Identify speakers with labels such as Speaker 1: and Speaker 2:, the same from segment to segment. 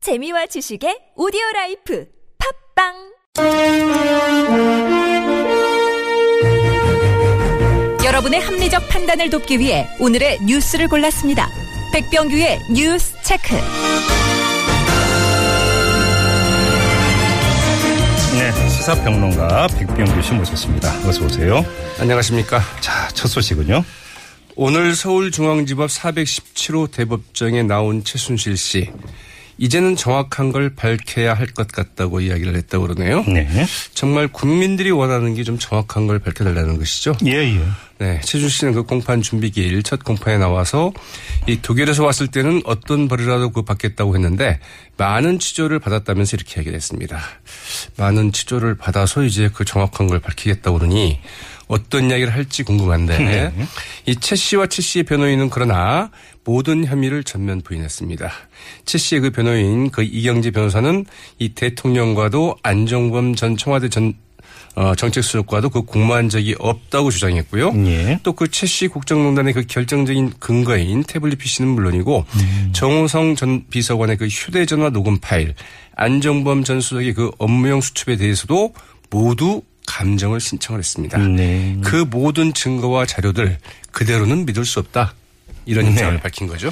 Speaker 1: 재미와 지식의 오디오 라이프 팝빵 여러분의 합리적 판단을 돕기 위해 오늘의 뉴스를 골랐습니다. 백병규의 뉴스 체크.
Speaker 2: 네, 시사평론가 백병규 씨 모셨습니다. 어서 오세요.
Speaker 3: 안녕하십니까.
Speaker 2: 자, 첫 소식은요.
Speaker 3: 오늘 서울중앙지법 417호 대법정에 나온 최순실 씨. 이제는 정확한 걸 밝혀야 할 것 같다고 이야기를 했다고 그러네요.
Speaker 2: 네.
Speaker 3: 정말 국민들이 원하는 게 좀 정확한 걸 밝혀달라는 것이죠.
Speaker 2: 예, 예.
Speaker 3: 네. 최준 씨는 그 공판 준비기일 첫 공판에 나와서 이 독일에서 왔을 때는 어떤 벌이라도 그 받겠다고 했는데 많은 취조를 받았다면서 이렇게 얘기를 했습니다. 많은 취조를 받아서 이제 그 정확한 걸 밝히겠다고 그러니 어떤 이야기를 할지 궁금한데 이 최 씨와 최 씨의 변호인은 그러나 모든 혐의를 전면 부인했습니다. 최 씨의 그 변호인 그 이경재 변호사는 이 대통령과도 안정범 전 청와대 전 어, 정책수석과도 그 공모한 적이 없다고 주장했고요.
Speaker 2: 예.
Speaker 3: 또 그 최 씨 국정농단의 그 결정적인 근거인 태블릿 PC는 물론이고
Speaker 2: 음.
Speaker 3: 정호성 전 비서관의 그 휴대전화 녹음 파일, 안정범 전 수석의 그 업무용 수첩에 대해서도 모두 감정을 신청을 했습니다.
Speaker 2: 네.
Speaker 3: 그 모든 증거와 자료들 그대로는 믿을 수 없다. 이런 입장을
Speaker 2: 네.
Speaker 3: 밝힌 거죠.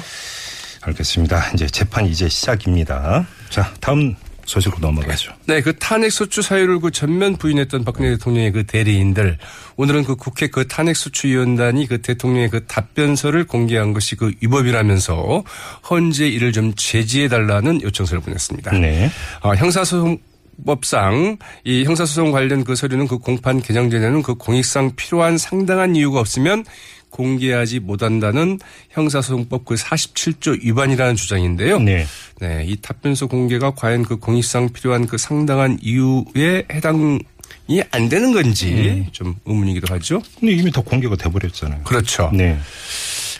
Speaker 2: 알겠습니다. 이제 재판 이제 시작입니다. 자, 다음 소식으로 넘어가죠.
Speaker 3: 네, 그 탄핵 소추 사유를 그 전면 부인했던 박근혜 대통령의 그 대리인들 오늘은 그 국회 그 탄핵 소추 위원단이 그 대통령의 그 답변서를 공개한 것이 그 위법이라면서 헌재 이를 좀 제지해 달라는 요청서를 보냈습니다.
Speaker 2: 네.
Speaker 3: 아, 형사소송 법상 이 형사소송 관련 그 서류는 그 공판 개정 전에는 그 공익상 필요한 상당한 이유가 없으면 공개하지 못한다는 형사소송법 그 47조 위반이라는 주장인데요.
Speaker 2: 네.
Speaker 3: 네, 이 답변서 공개가 과연 그 공익상 필요한 그 상당한 이유에 해당이 안 되는 건지 좀 의문이기도 하죠.
Speaker 2: 근데 이미 다 공개가 돼버렸잖아요.
Speaker 3: 음. 그렇죠.
Speaker 2: 네.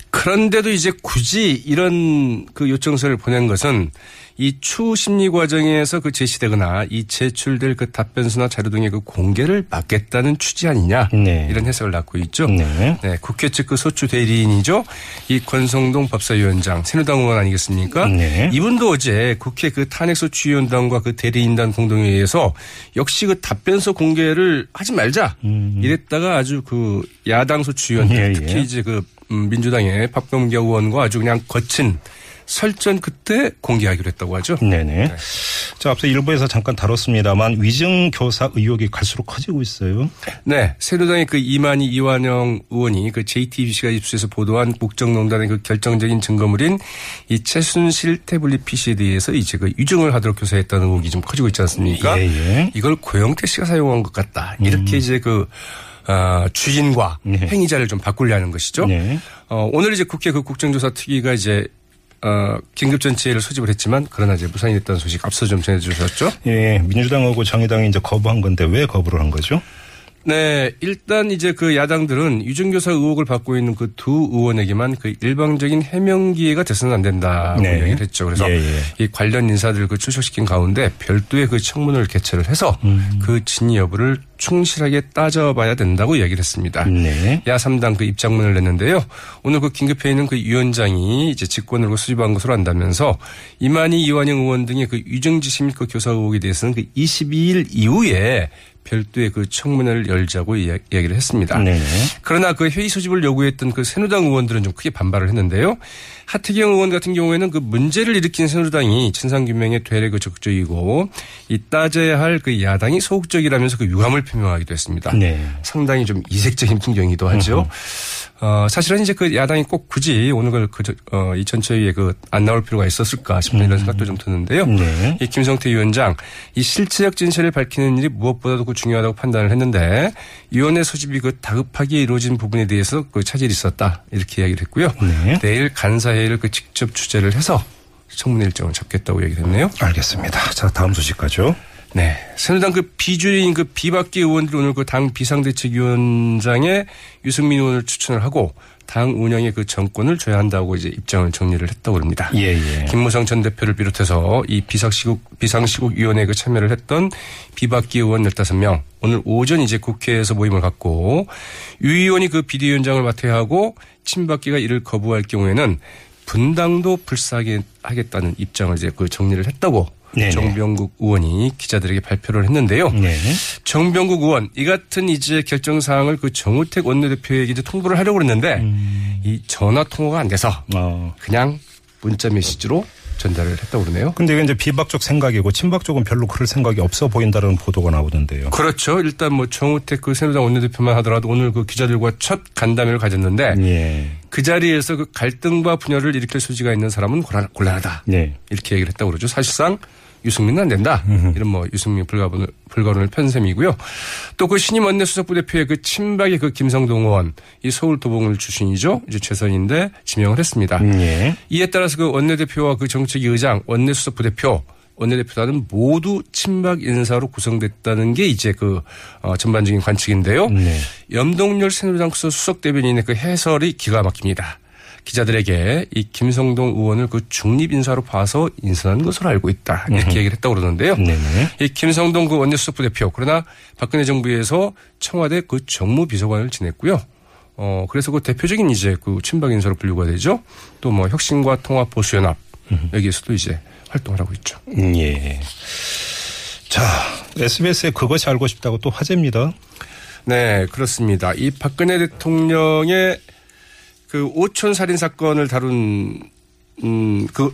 Speaker 3: 그런데도 이제 굳이 이런 그 요청서를 보낸 것은 이 추후 심리 과정에서 그 제시되거나 이 제출될 그 답변서나 자료 등의 그 공개를 막겠다는 취지 아니냐
Speaker 2: 네.
Speaker 3: 이런 해석을 낳고 있죠.
Speaker 2: 네.
Speaker 3: 국회 측 그 소추 대리인이죠. 이 권성동 법사위원장 새누리당 의원 아니겠습니까?
Speaker 2: 네.
Speaker 3: 이분도 어제 국회 그 탄핵 소추위원단과 그 대리인단 공동회의에서 역시 그 답변서 공개를 하지 말자 이랬다가 아주 그 야당 소추위원들
Speaker 2: 음. 예, 예.
Speaker 3: 특히 이제 그 음, 민주당의 박병계 의원과 아주 그냥 거친 설전 그때 공개하기로 했다고 하죠.
Speaker 2: 네네. 자, 앞서 일부에서 잠깐 다뤘습니다만 위증교사 의혹이 갈수록 커지고 있어요.
Speaker 3: 네, 새누당의 그 이만희 이완영 의원이 그 JTBC가 입수해서 보도한 국정농단의 그 결정적인 증거물인 이 최순실 태블릿 PC에 대해서 이제 그 유증을 하도록 교사했다는 의혹이 좀 커지고 있지 않습니까?
Speaker 2: 예, 음. 예.
Speaker 3: 이걸 고영태 씨가 사용한 것 같다. 이렇게 이제 그 어, 주인과
Speaker 2: 네.
Speaker 3: 행위자를 좀 바꾸려는 것이죠.
Speaker 2: 네.
Speaker 3: 어, 오늘 이제 국회 그 국정조사 특위가 이제 어, 긴급전체회를 소집을 했지만 그러나 이제 무산이 됐다는 소식 앞서 좀 전해주셨죠.
Speaker 2: 예, 민주당하고 정의당이 이제 거부한 건데 왜 거부를 한 거죠?
Speaker 3: 네, 일단 이제 그 야당들은 유증교사 의혹을 받고 있는 그 두 의원에게만 그 일방적인 해명 기회가 돼서는 안 된다고
Speaker 2: 네.
Speaker 3: 얘기를 했죠. 그래서
Speaker 2: 예, 예.
Speaker 3: 이 관련 인사들 그 출석시킨 가운데 별도의 그 청문회를 개최를 해서
Speaker 2: 음.
Speaker 3: 그 진위 여부를 충실하게 따져봐야 된다고 얘기를 했습니다.
Speaker 2: 네.
Speaker 3: 야3당 그 입장문을 냈는데요. 오늘 그 긴급회의는 그 위원장이 이제 직권으로 수집한 것으로 안다면서 이만희, 이완영 의원 등의 그 유정지심 그 교사 의혹에 대해서는 그 22일 이후에 별도의 그 청문회를 열자고 이야- 이야기를 했습니다.
Speaker 2: 네네.
Speaker 3: 그러나 그 회의 소집을 요구했던 그 새누당 의원들은 좀 크게 반발을 했는데요. 하태경 의원 같은 경우에는 그 문제를 일으킨 새누당이 진상규명의 되레그 적적이고 이 따져야 할 그 야당이 소극적이라면서 그 유감을 표명하기도 했습니다.
Speaker 2: 네.
Speaker 3: 상당히 좀 이색적인 풍경이기도 하죠.
Speaker 2: 음.
Speaker 3: 어, 사실은 이제 그 야당이 꼭 굳이 오늘 그, 그 저- 어, 이 전체에 그안 나올 필요가 있었을까 싶은 이런 생각도 좀 드는데요.
Speaker 2: 음. 네.
Speaker 3: 이 김성태 위원장 이 실체적 진실을 밝히는 일이 무엇보다도 그 중요하다고 판단을 했는데 위원회 소집이 그 다급하게 이루어진 부분에 대해서 그 차질이 있었다 이렇게 이야기를 했고요.
Speaker 2: 네.
Speaker 3: 내일 간사회를 그 직접 주재를 해서 청문 일정을 잡겠다고 얘기를 했네요.
Speaker 2: 알겠습니다. 자, 다음 소식 가죠.
Speaker 3: 네. 새누리당 그 비주류인 그 비박계 의원들이 오늘 그 당 비상대책위원장에 유승민 의원을 추천을 하고 당 운영의 그 정권을 줘야 한다고 이제 입장을 정리를 했다고 합니다.
Speaker 2: 예, 예.
Speaker 3: 김무성 전 대표를 비롯해서 이 비상시국, 비상시국위원회에 그 참여를 했던 비박계 의원 15명 오늘 오전 이제 국회에서 모임을 갖고 유 의원이 그 비대위원장을 맡아야 하고 친박계가 이를 거부할 경우에는 분당도 불사하겠다는 입장을 이제 그 정리를 했다고
Speaker 2: 네네.
Speaker 3: 정병국 의원이 기자들에게 발표를 했는데요.
Speaker 2: 네.
Speaker 3: 정병국 의원 이 같은 이제 결정 사항을 그 정우택 원내대표에게 이제 통보를 하려고 했는데 이 전화 통화가 안 돼서
Speaker 2: 어.
Speaker 3: 그냥 문자 메시지로 전달을 했다고 그러네요.
Speaker 2: 근데 이게 이제 비박 쪽 생각이고 친박 쪽은 별로 그럴 생각이 없어 보인다는 보도가 나오던데요.
Speaker 3: 그렇죠. 일단 뭐 정우택 그 새누리당 원내대표만 하더라도 오늘 그 기자들과 첫 간담회를 가졌는데
Speaker 2: 예.
Speaker 3: 그 자리에서 그 갈등과 분열을 일으킬 소지가 있는 사람은 곤란- 곤란하다.
Speaker 2: 네.
Speaker 3: 이렇게 얘기를 했다고 그러죠. 사실상 유승민은 안 된다. 이런 뭐 유승민 불가분을, 불가론을 편셈이고요. 또 그 신임 원내 수석부대표의 그 친박의 그 김성동 의원, 이 서울 도봉을 출신이죠. 이제 최선인데 지명을 했습니다.
Speaker 2: 예.
Speaker 3: 이에 따라서 그 원내대표와 그 정책위 의장, 원내수석부대표, 원내대표단은 모두 친박 인사로 구성됐다는 게 이제 그 어, 전반적인 관측인데요.
Speaker 2: 네.
Speaker 3: 염동열 새누리당 수석 대변인의 그 해설이 기가 막힙니다. 기자들에게 이 김성동 의원을 그 중립 인사로 봐서 인선한 것으로 알고 있다 이렇게 얘기를 했다고 그러는데요.
Speaker 2: 음. 네네.
Speaker 3: 이 김성동 그 원내수석부 대표 그러나 박근혜 정부에서 청와대 그 정무비서관을 지냈고요. 어 그래서 그 대표적인 이제 그 친박 인사로 분류가 되죠. 또 뭐 혁신과 통합 보수연합 여기에서도 이제 활동을 하고 있죠.
Speaker 2: 예. 자, SBS의 그것이 알고 싶다고 또 화제입니다.
Speaker 3: 네, 그렇습니다. 이 박근혜 대통령의 그 오촌 살인 사건을 다룬 음그그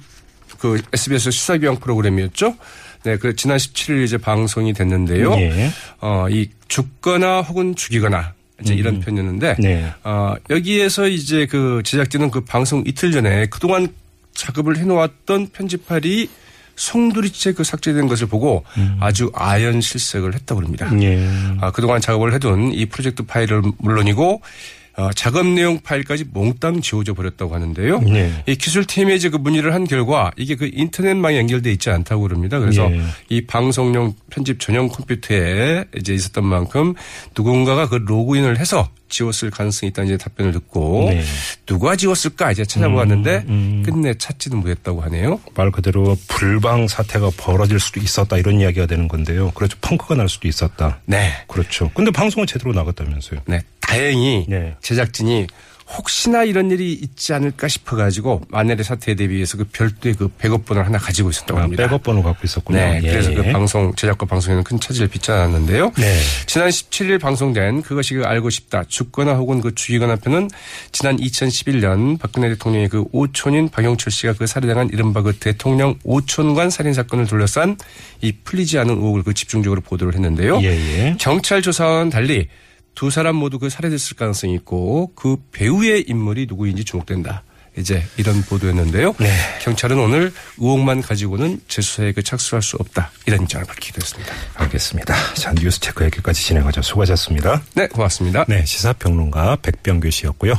Speaker 3: SBS 시사교양 프로그램이었죠. 네, 그 지난 17일 이제 방송이 됐는데요.
Speaker 2: 예.
Speaker 3: 어, 이 죽거나 혹은 죽이거나 이제 이런 편이었는데
Speaker 2: 네.
Speaker 3: 어, 여기에서 이제 그 제작진은 그 방송 이틀 전에 그동안 작업을 해놓았던 편집할이 송두리째 그 삭제된 것을 보고 아주 아연 실색을 했다고 합니다.
Speaker 2: 음. 예.
Speaker 3: 아, 그동안 작업을 해둔 이 프로젝트 파일을 물론이고 어, 작업 내용 파일까지 몽땅 지워져 버렸다고 하는데요.
Speaker 2: 네.
Speaker 3: 이 기술팀에 이제 그 문의를 한 결과 이게 그 인터넷망에 연결돼 있지 않다고 그럽니다. 그래서
Speaker 2: 예.
Speaker 3: 이 방송용 편집 전용 컴퓨터에 이제 있었던 만큼 누군가가 그 로그인을 해서 지웠을 가능성이 있다는 이제 답변을 듣고
Speaker 2: 네. 음,
Speaker 3: 누가 지웠을까 이제 찾아보았는데 끝내 찾지는 못했다고 하네요.
Speaker 2: 말 그대로 불방 사태가 벌어질 수도 있었다 이런 이야기가 되는 건데요. 그렇죠. 펑크가 날 수도 있었다.
Speaker 3: 네.
Speaker 2: 그렇죠. 근데 방송은 제대로 나갔다면서요.
Speaker 3: 네, 다행히
Speaker 2: 네.
Speaker 3: 제작진이 혹시나 이런 일이 있지 않을까 싶어가지고 만일의 사태에 대비해서 그 별도의 그 백업본을 하나 가지고 있었다고
Speaker 2: 아,
Speaker 3: 합니다.
Speaker 2: 백업 번호 갖고 있었군요.
Speaker 3: 네,
Speaker 2: 예.
Speaker 3: 그래서 그 방송 제작과 방송에는 큰 차질을 빚지 않았는데요.
Speaker 2: 네.
Speaker 3: 지난 17일 방송된 그것이 그 알고 싶다 죽거나 혹은 그 죽이거나 편은 지난 2011년 박근혜 대통령의 그 오촌인 박영철 씨가 그 살해당한 이른바 그 대통령 오촌관 살인 사건을 둘러싼 이 풀리지 않은 의혹을 그 집중적으로 보도를 했는데요.
Speaker 2: 예, 예.
Speaker 3: 경찰 조사와는 달리 두 사람 모두 그 살해됐을 가능성이 있고 그 배우의 인물이 누구인지 주목된다. 이제 이런 보도였는데요.
Speaker 2: 네.
Speaker 3: 경찰은 오늘 의혹만 가지고는 제 수사에 그 착수할 수 없다. 이런 입장을 밝히기도 했습니다.
Speaker 2: 알겠습니다. 자, 뉴스 체크 여기까지 진행하죠. 수고하셨습니다.
Speaker 3: 네, 고맙습니다.
Speaker 2: 네, 시사평론가 백병규 씨였고요.